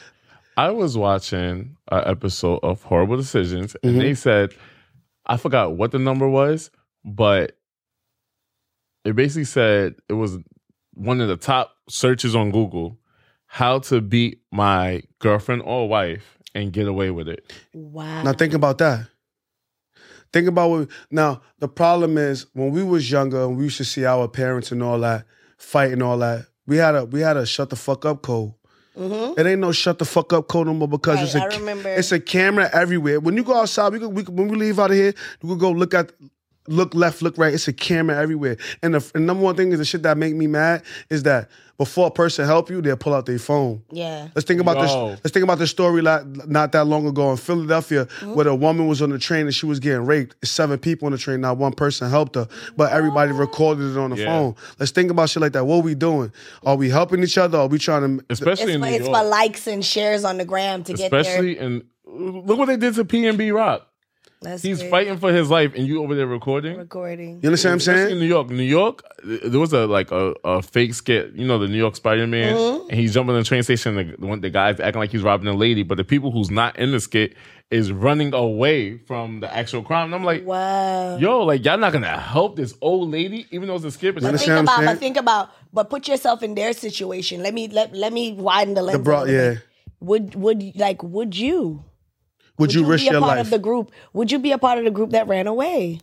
S1: I was watching an episode of Horrible Decisions, and they said, I forgot what the number was, but it basically said it was one of the top searches on Google how to beat my girlfriend or wife and get away with it.
S2: Wow.
S3: now think about that. Think about what now the problem is when we was younger and we used to see our parents and all that fight and all that, we had a we had a shut the fuck up code.
S2: Mm-hmm.
S3: It ain't no shut the fuck up code no more because
S2: Right,
S3: it's a
S2: I remember.
S3: it's a camera everywhere. When you go outside, we, could, we could- when we leave out of here, we could go look at look left, look right. It's a camera everywhere. And the and number one thing is the shit that make me mad is that before a person help you, they'll pull out their phone.
S2: Yeah.
S3: Let's think about
S1: Yo.
S3: this. Let's think about the story not, not that long ago in Philadelphia, where the woman was on the train and she was getting raped. Seven people on the train, not one person helped her, but
S2: Oh.
S3: everybody recorded it on the
S1: Yeah.
S3: phone. Let's think about shit like that. What are we doing? Are we helping each other? Are we trying to
S1: Especially
S2: It's,
S1: in
S2: for,
S1: New
S2: it's for
S1: York.
S2: likes and shares on the gram to get there.
S1: Especially in look what they did to P and B Rock.
S2: That's
S1: He's
S2: great.
S1: fighting for his life, and you over there recording.
S2: recording.
S3: You understand what I'm
S1: Especially in
S3: saying?
S1: New York. New York, th- there was a like a, a fake skit, you know, the New York Spider Man,
S2: Mm-hmm.
S1: and he's jumping in the train station. The, the one the guy's acting like he's robbing a lady, but the people who's not in the skit is running away from the actual crime. And I'm like,
S2: Wow.
S1: yo, like y'all not gonna help this old lady, even though it's a skit. But
S3: You
S1: she's
S3: understand?
S1: like,
S2: think
S3: what I'm
S2: about,
S3: saying?
S2: but think about, but put yourself in their situation. Let me let let me widen the lens.
S3: The
S2: a
S3: bro,
S2: little
S3: yeah.
S2: bit. Would would like would you?
S3: Would, you, risk
S2: be a
S3: your
S2: part
S3: life?
S2: of the group? Would you be a part of the group that ran away?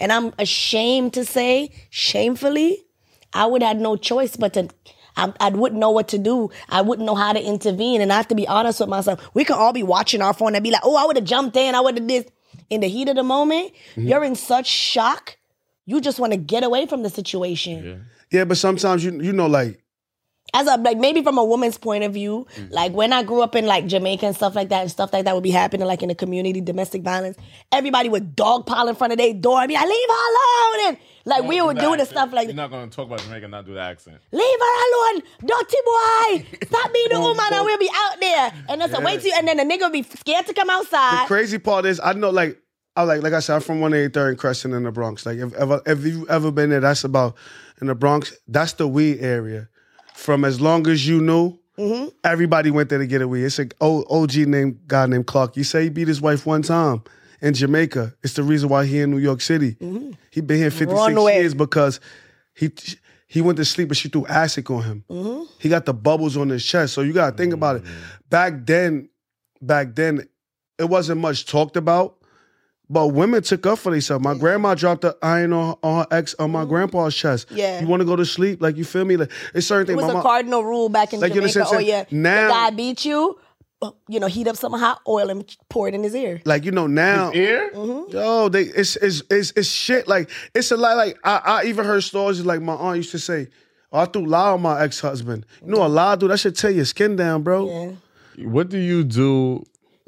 S2: And I'm ashamed to say, shamefully, I would had no choice but to. I, I wouldn't know what to do. I wouldn't know how to intervene, and I have to be honest with myself. We can all be watching our phone and be like, "Oh, I would have jumped in. I would have this." In the heat of the moment,
S3: Mm-hmm.
S2: you're in such shock, you just want to get away from the situation.
S3: Yeah, but sometimes you you know like
S2: as a like maybe from a woman's point of view,
S3: Mm-hmm.
S2: like when I grew up in like Jamaica and stuff like that, and stuff like that would be happening like in the community, domestic violence. Everybody would dogpile in front of their door. I mean, I leave her alone, and like we would do the stuff like
S1: You're not gonna talk about Jamaica, and not do the accent.
S2: leave her alone, dirty boy, stop being the woman, and we'll be out there. And then say, wait till, you-" and then the nigga would be scared to come
S3: the
S2: outside.
S3: crazy part is I know like I like like I said I'm from 183rd and Crescent in the Bronx. Like if ever if you ever been there, that's about in the Bronx. That's the weed area. From as long as you knew, everybody went there to get a weed. It's a O- OG named guy named Clark. He say he beat his wife one time in Jamaica. It's the reason why he in New York City. He been here 56
S2: Runway.
S3: years because he he went to sleep and she threw acid on him. He got the bubbles on his chest. So you gotta think about it. Back then, back then, it wasn't much talked about. But women took up for themselves. My grandma dropped the iron on, on her ex on my grandpa's chest.
S2: Mm-hmm. Yeah.
S3: you want to go to sleep? Like you feel me? Like it's certain
S2: It
S3: things.
S2: was
S3: my
S2: a
S3: mom-
S2: cardinal rule back in
S3: Like, you know what I'm
S2: Jamaica. Oh
S3: saying?
S2: yeah,
S3: Now-
S2: the guy beat you. oh, You know, heat up some hot oil and pour it in his ear.
S3: like you know now.
S1: Here,
S2: Mm-hmm.
S3: Yo, they it's it's it's it's shit. Like it's a lot. Like I, I even heard stories. Like my aunt used to say, oh, "I threw lie on my ex husband." You know a lie, dude. That should tear your skin down, bro.
S2: Yeah.
S1: what do you do?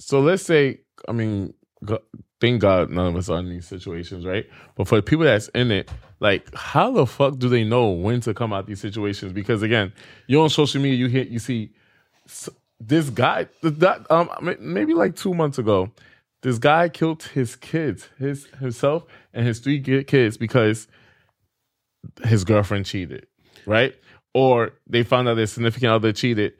S1: So let's say, I mean, go- thank God none of us are in these situations, right? But for the people that's in it, like, how the fuck do they know when to come out these situations? Because again, you're on social media, you hit, you see s- this guy. th- That um, m- maybe like two months ago, this guy killed his kids, his himself and his three ki- kids because his girlfriend cheated, right? Or they found out their significant other cheated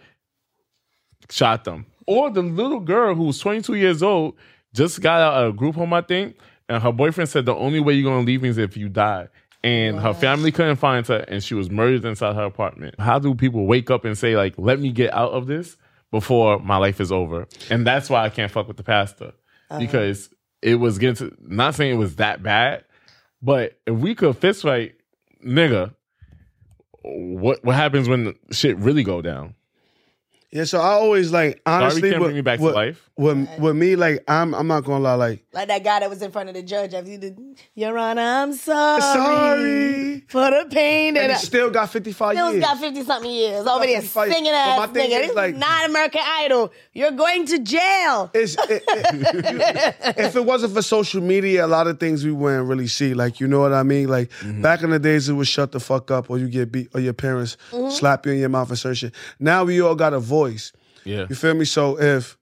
S1: shot them. Or the little girl who was 22 years old just got out of a group home, I think, and her boyfriend said the only way you're gonna leave me is if you die. And her family couldn't find her, and she was murdered inside her apartment. How do people wake up and say like, "Let me get out of this before my life is over"? And that's why I can't fuck with the pastor because it was getting to. Not saying it was that bad, but if we could fist fight, nigga, what what happens when shit really go down?
S3: Yeah, so I always like honestly
S1: can't
S3: with,
S1: bring me back to
S3: with,
S1: life.
S3: With, with me, like I'm I'm not gonna lie, like
S2: Like that guy that was in front of the judge after you did, Your Honor, I'm sorry.
S3: sorry.
S2: For the pain that
S3: And
S2: I
S3: it still got 55
S2: Bill's
S3: years.
S2: got 50 something years over there
S3: 55.
S2: singing
S3: But
S2: ass
S3: my
S2: nigga.
S3: thing is,
S2: This is
S3: like-
S2: not American Idol. You're going to jail.
S3: it's, it, it- you- if it wasn't for social media, a lot of things we wouldn't really see. Like, you know what I mean? Like, back in the days, it was shut the fuck up, or you get beat, or your parents slap you in your mouth and search it. Now we all got a voice.
S1: Yeah.
S3: You feel me? So if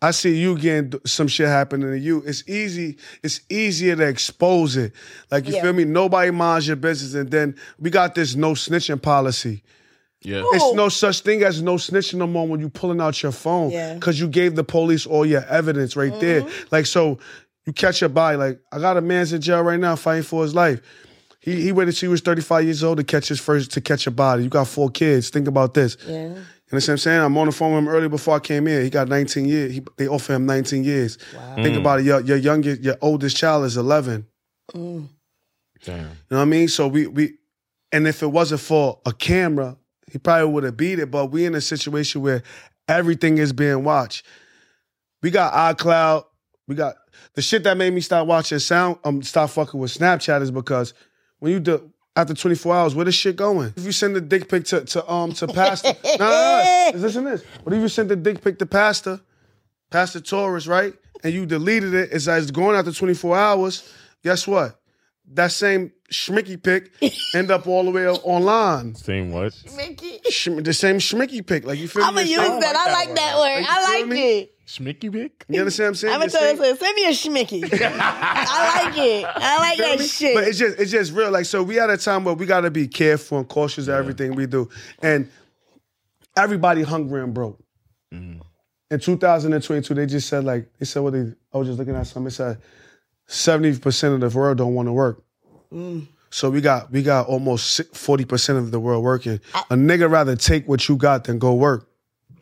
S3: I see you getting d- some shit happening to you, it's easy. It's easier to expose it. Like you
S2: Yeah.
S3: feel me? Nobody minds your business, and then we got this no snitching policy.
S1: Yeah.
S2: Oh.
S3: It's no such thing as no snitching no more when you pulling out your phone
S2: Yeah. Mm-hmm.
S3: because you gave the police all your evidence right there. Like so, you catch your body. Like I got a man's in jail right now fighting for his life. He he waited till he was thirty five years old to catch his first to catch a body. You got four kids. Think about this.
S2: Yeah.
S3: You know what I'm saying? I'm on the phone with him earlier before I came in. He got 19 years. He, they offer him 19 years. Think about it. Your, your youngest, your oldest child is 11.
S1: Damn.
S3: You know what I mean? So we we, and if it wasn't for a camera, he probably would have beat it. But we in a situation where everything is being watched. We got iCloud. We got the shit that made me stop watching sound. Um, stop fucking with Snapchat is because when you do after 24 hours, where the shit going? If you send a dick pic to to um to pastor, nah, nah, nah, listen to this. What if you send the dick pic to pastor? Pastor Torres, right? And you deleted it. It's, it's going after 24 hours. Guess what? That same schmicky pick end up all the way up online.
S1: Same what?
S2: Mickey.
S3: Schm- the same schmicky pick. Like, you feel
S2: I'm
S3: me?
S2: going to use
S3: It's-
S2: that. I like that word. I
S3: feel
S2: like
S3: me?
S2: it.
S1: Schmicky Bick?
S3: You understand what I'm saying?
S2: I'm going
S3: The
S2: to tell
S3: same-
S2: you, something. send me a schmicky. I like it. I like that shit.
S3: But it's just it's just real. Like so, we at a time where we gotta be careful and cautious of everything we do, and everybody hungry and broke. In 2022, they just said like they said what they. I was just looking at something. It said 70 percent of the world don't want to work.
S2: Mm.
S3: So we got we got almost 40 percent of the world working. A nigga rather take what you got than go work.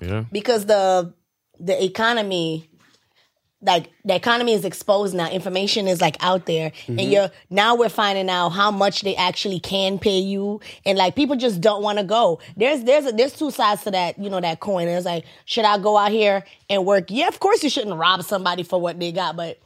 S1: Yeah.
S2: because the the economy like the economy is exposed now information is like out there and you're now we're finding out how much they actually can pay you and like people just don't want to go there's there's there's two sides to that you know that coin it's like should i go out here and work yeah of course you shouldn't rob somebody for what they got but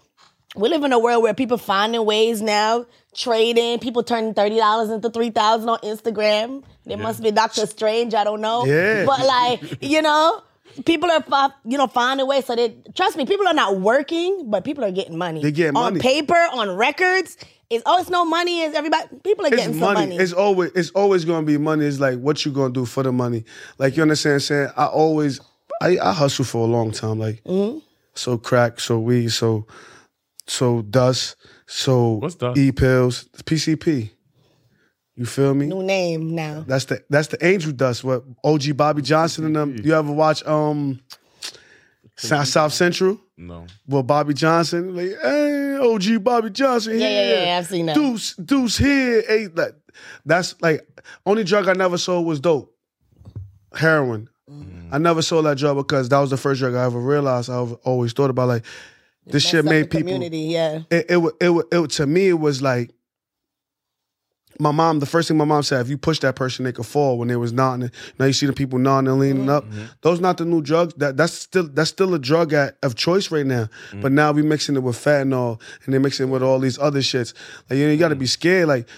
S2: we live in a world where people finding ways now trading people turning $30 into 3000 on instagram there must be dr strange i don't know
S3: Yeah.
S2: but like you know people are fi- you know finding ways so they trust me people are not working but people are getting money
S3: They getting
S2: on
S3: money.
S2: paper on records it's oh it's no money is everybody people are
S3: It's
S2: getting some
S3: money.
S2: money
S3: It's always it's always gonna be money. It's like what you gonna do for the money. Like you understand? what I'm saying I always I, I hustle for a long time. Like
S2: Mm-hmm.
S3: so crack, so weed, so so dust, so
S1: What's dust?
S3: E pills, PCP. You feel me?
S2: new name now
S3: That's the that's the angel dust. What OG Bobby Johnson and them? You ever watch um South, South Central?
S1: No.
S3: Well, Bobby Johnson, like, hey, OG Bobby Johnson here.
S2: yeah yeah yeah, I've seen that
S3: Deuce, Deuce here. Hey, like, that's like only drug I never sold was dope. Heroin. I never sold that drug because that was the first drug I ever realized. I always thought about like this
S2: Messed
S3: shit
S2: up the
S3: made people. It
S2: community yeah
S3: it, wa- it wa- it wa- to me it was like my mom. The first thing my mom said: if you push that person, they could fall. When they was nodding, now you see the people nodding and leaning up. Those not the new drugs. That that's still that's still a drug at, of choice right now. But now we mixing it with fentanyl and they mixing it with all these other shits. Like you, know, you got to be scared. Like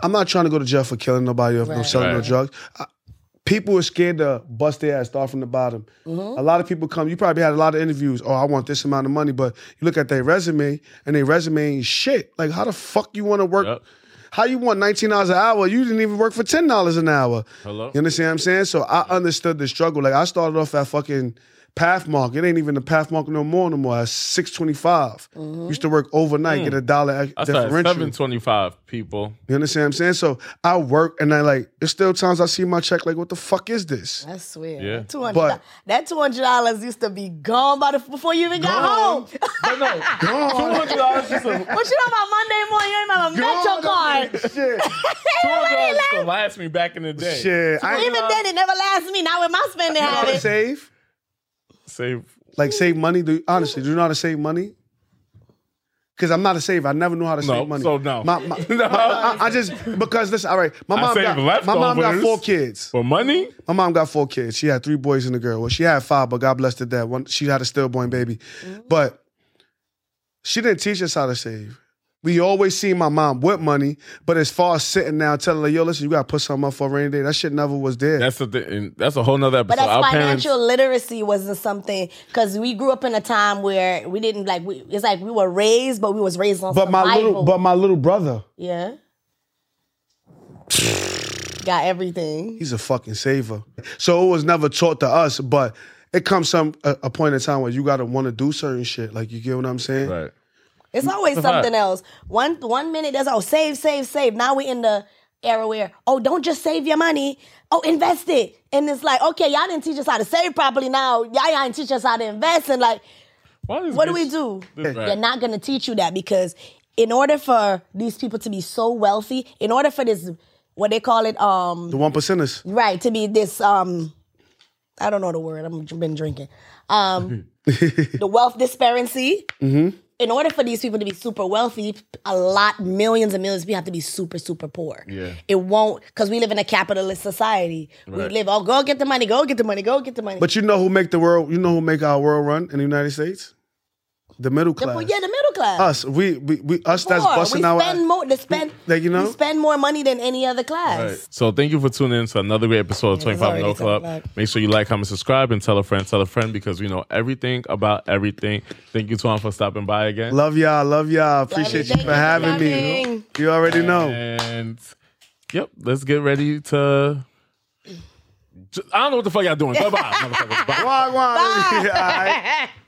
S3: I'm not trying to go to jail for killing nobody or no
S2: Right.
S3: selling no
S1: Right.
S3: drugs. I, people are scared to bust their ass, start from the bottom. A lot of people come. You probably had a lot of interviews. Oh, I want this amount of money, but you look at their resume and their resume ain't shit. Like how the fuck you want to work?
S1: Yep.
S3: How you want nineteen dollars an hour? You didn't even work for ten dollars an hour.
S1: Hello?
S3: You understand what I'm saying? So I understood the struggle. Like I started off at fucking Pathmark. It ain't even the Pathmark no more no more. At six twenty five, used to work overnight, get a dollar
S1: Hmm. I started
S3: differential.
S1: seven twenty five people.
S3: You understand what I'm saying? So I work and I like, there's still times I see my check, like, what the fuck is this?
S2: I swear,
S1: Yeah.
S2: two hundred.
S3: But-
S2: that two hundred dollars used to be gone by the before you even got home.
S1: But no, $200
S3: Gone.
S1: just a-
S2: What you know about Monday morning? You ain't about a metro
S3: Gone.
S2: card.
S3: Shit.
S1: $200 used to last me back in the day.
S3: Shit. I ain't
S2: Even then, it never lasts me. Not with my spending
S3: know how to
S2: habits.
S3: save.
S1: Save
S3: Like, save money. Do Honestly, do you know how to save money? Because I'm not a saver. I never knew how to
S1: No,
S3: save money.
S1: so no.
S3: My- my-
S1: No.
S3: I, I- I just because listen. All right, my
S1: I
S3: mom
S1: save
S3: got my mom got
S1: leftovers.
S3: four kids.
S1: For money?
S3: My mom got four kids. She had three boys and a girl. Well, she had five, but God blessed her dad. One, she had a stillborn baby, but she didn't teach us how to save. We always seen my mom with money, but as far as sitting down telling her, "Yo, listen, you gotta put something up for a rainy day," that shit never was there.
S1: That's a th- and that's a whole nother episode.
S2: But that's
S1: Our parents,
S2: financial literacy wasn't something because we grew up in a time where we didn't like. We, it's like we were raised, but we was raised on
S3: but my
S2: survival.
S3: little, but my little brother,
S2: yeah, got everything.
S3: he's a fucking saver. So it was never taught to us, but it comes some a, a point in time where you gotta want to do certain shit. Like you get what I'm saying?
S1: right?
S2: It's always
S1: fact.
S2: something else. One one minute there's oh save save save. Now we're in the era where oh don't just save your money. Oh invest it. And it's like okay y'all didn't teach us how to save properly. Now y'all, y'all didn't teach us how to invest. And like
S1: Why this
S2: what do
S1: bitch-
S2: we do?
S1: This
S2: They're
S1: right.
S2: not going to teach you that because in order for these people to be so wealthy, in order for this what they call it um
S3: The one percenters.
S2: right to be this um i don't know the word i've been drinking um the wealth disparity
S3: Mm-hmm.
S2: in order for these people to be super wealthy a lot millions and millions of people have to be super super poor
S1: Yeah.
S2: it won't because we live in a capitalist society we
S1: Right.
S2: live oh go get the money go get the money go get the money
S3: But you know who make the world? You know who make our world run in the United States? The middle
S2: the,
S3: class.
S2: yeah the middle class
S3: us. We we, we us that's
S2: Poor.
S3: busting
S2: we
S3: our.
S2: spend more they spend
S3: Like, you know?
S2: we spend more money than any other class
S1: Right. So thank you for tuning in to another great episode of
S2: was
S1: 25 No
S2: already
S1: Club.
S2: 25.
S1: Make sure you like, comment, subscribe, and tell a friend, tell a friend because we know everything about everything. Thank you, Twan, for stopping by again.
S3: Love y'all. Love y'all. Appreciate
S2: Thank
S3: you
S2: you for
S3: for having me.
S2: coming.
S3: You already know.
S1: And yep, let's get ready to. J- I don't know what the fuck y'all doing. Bye bye, motherfuckers. Bye.
S3: Wagwan. All right.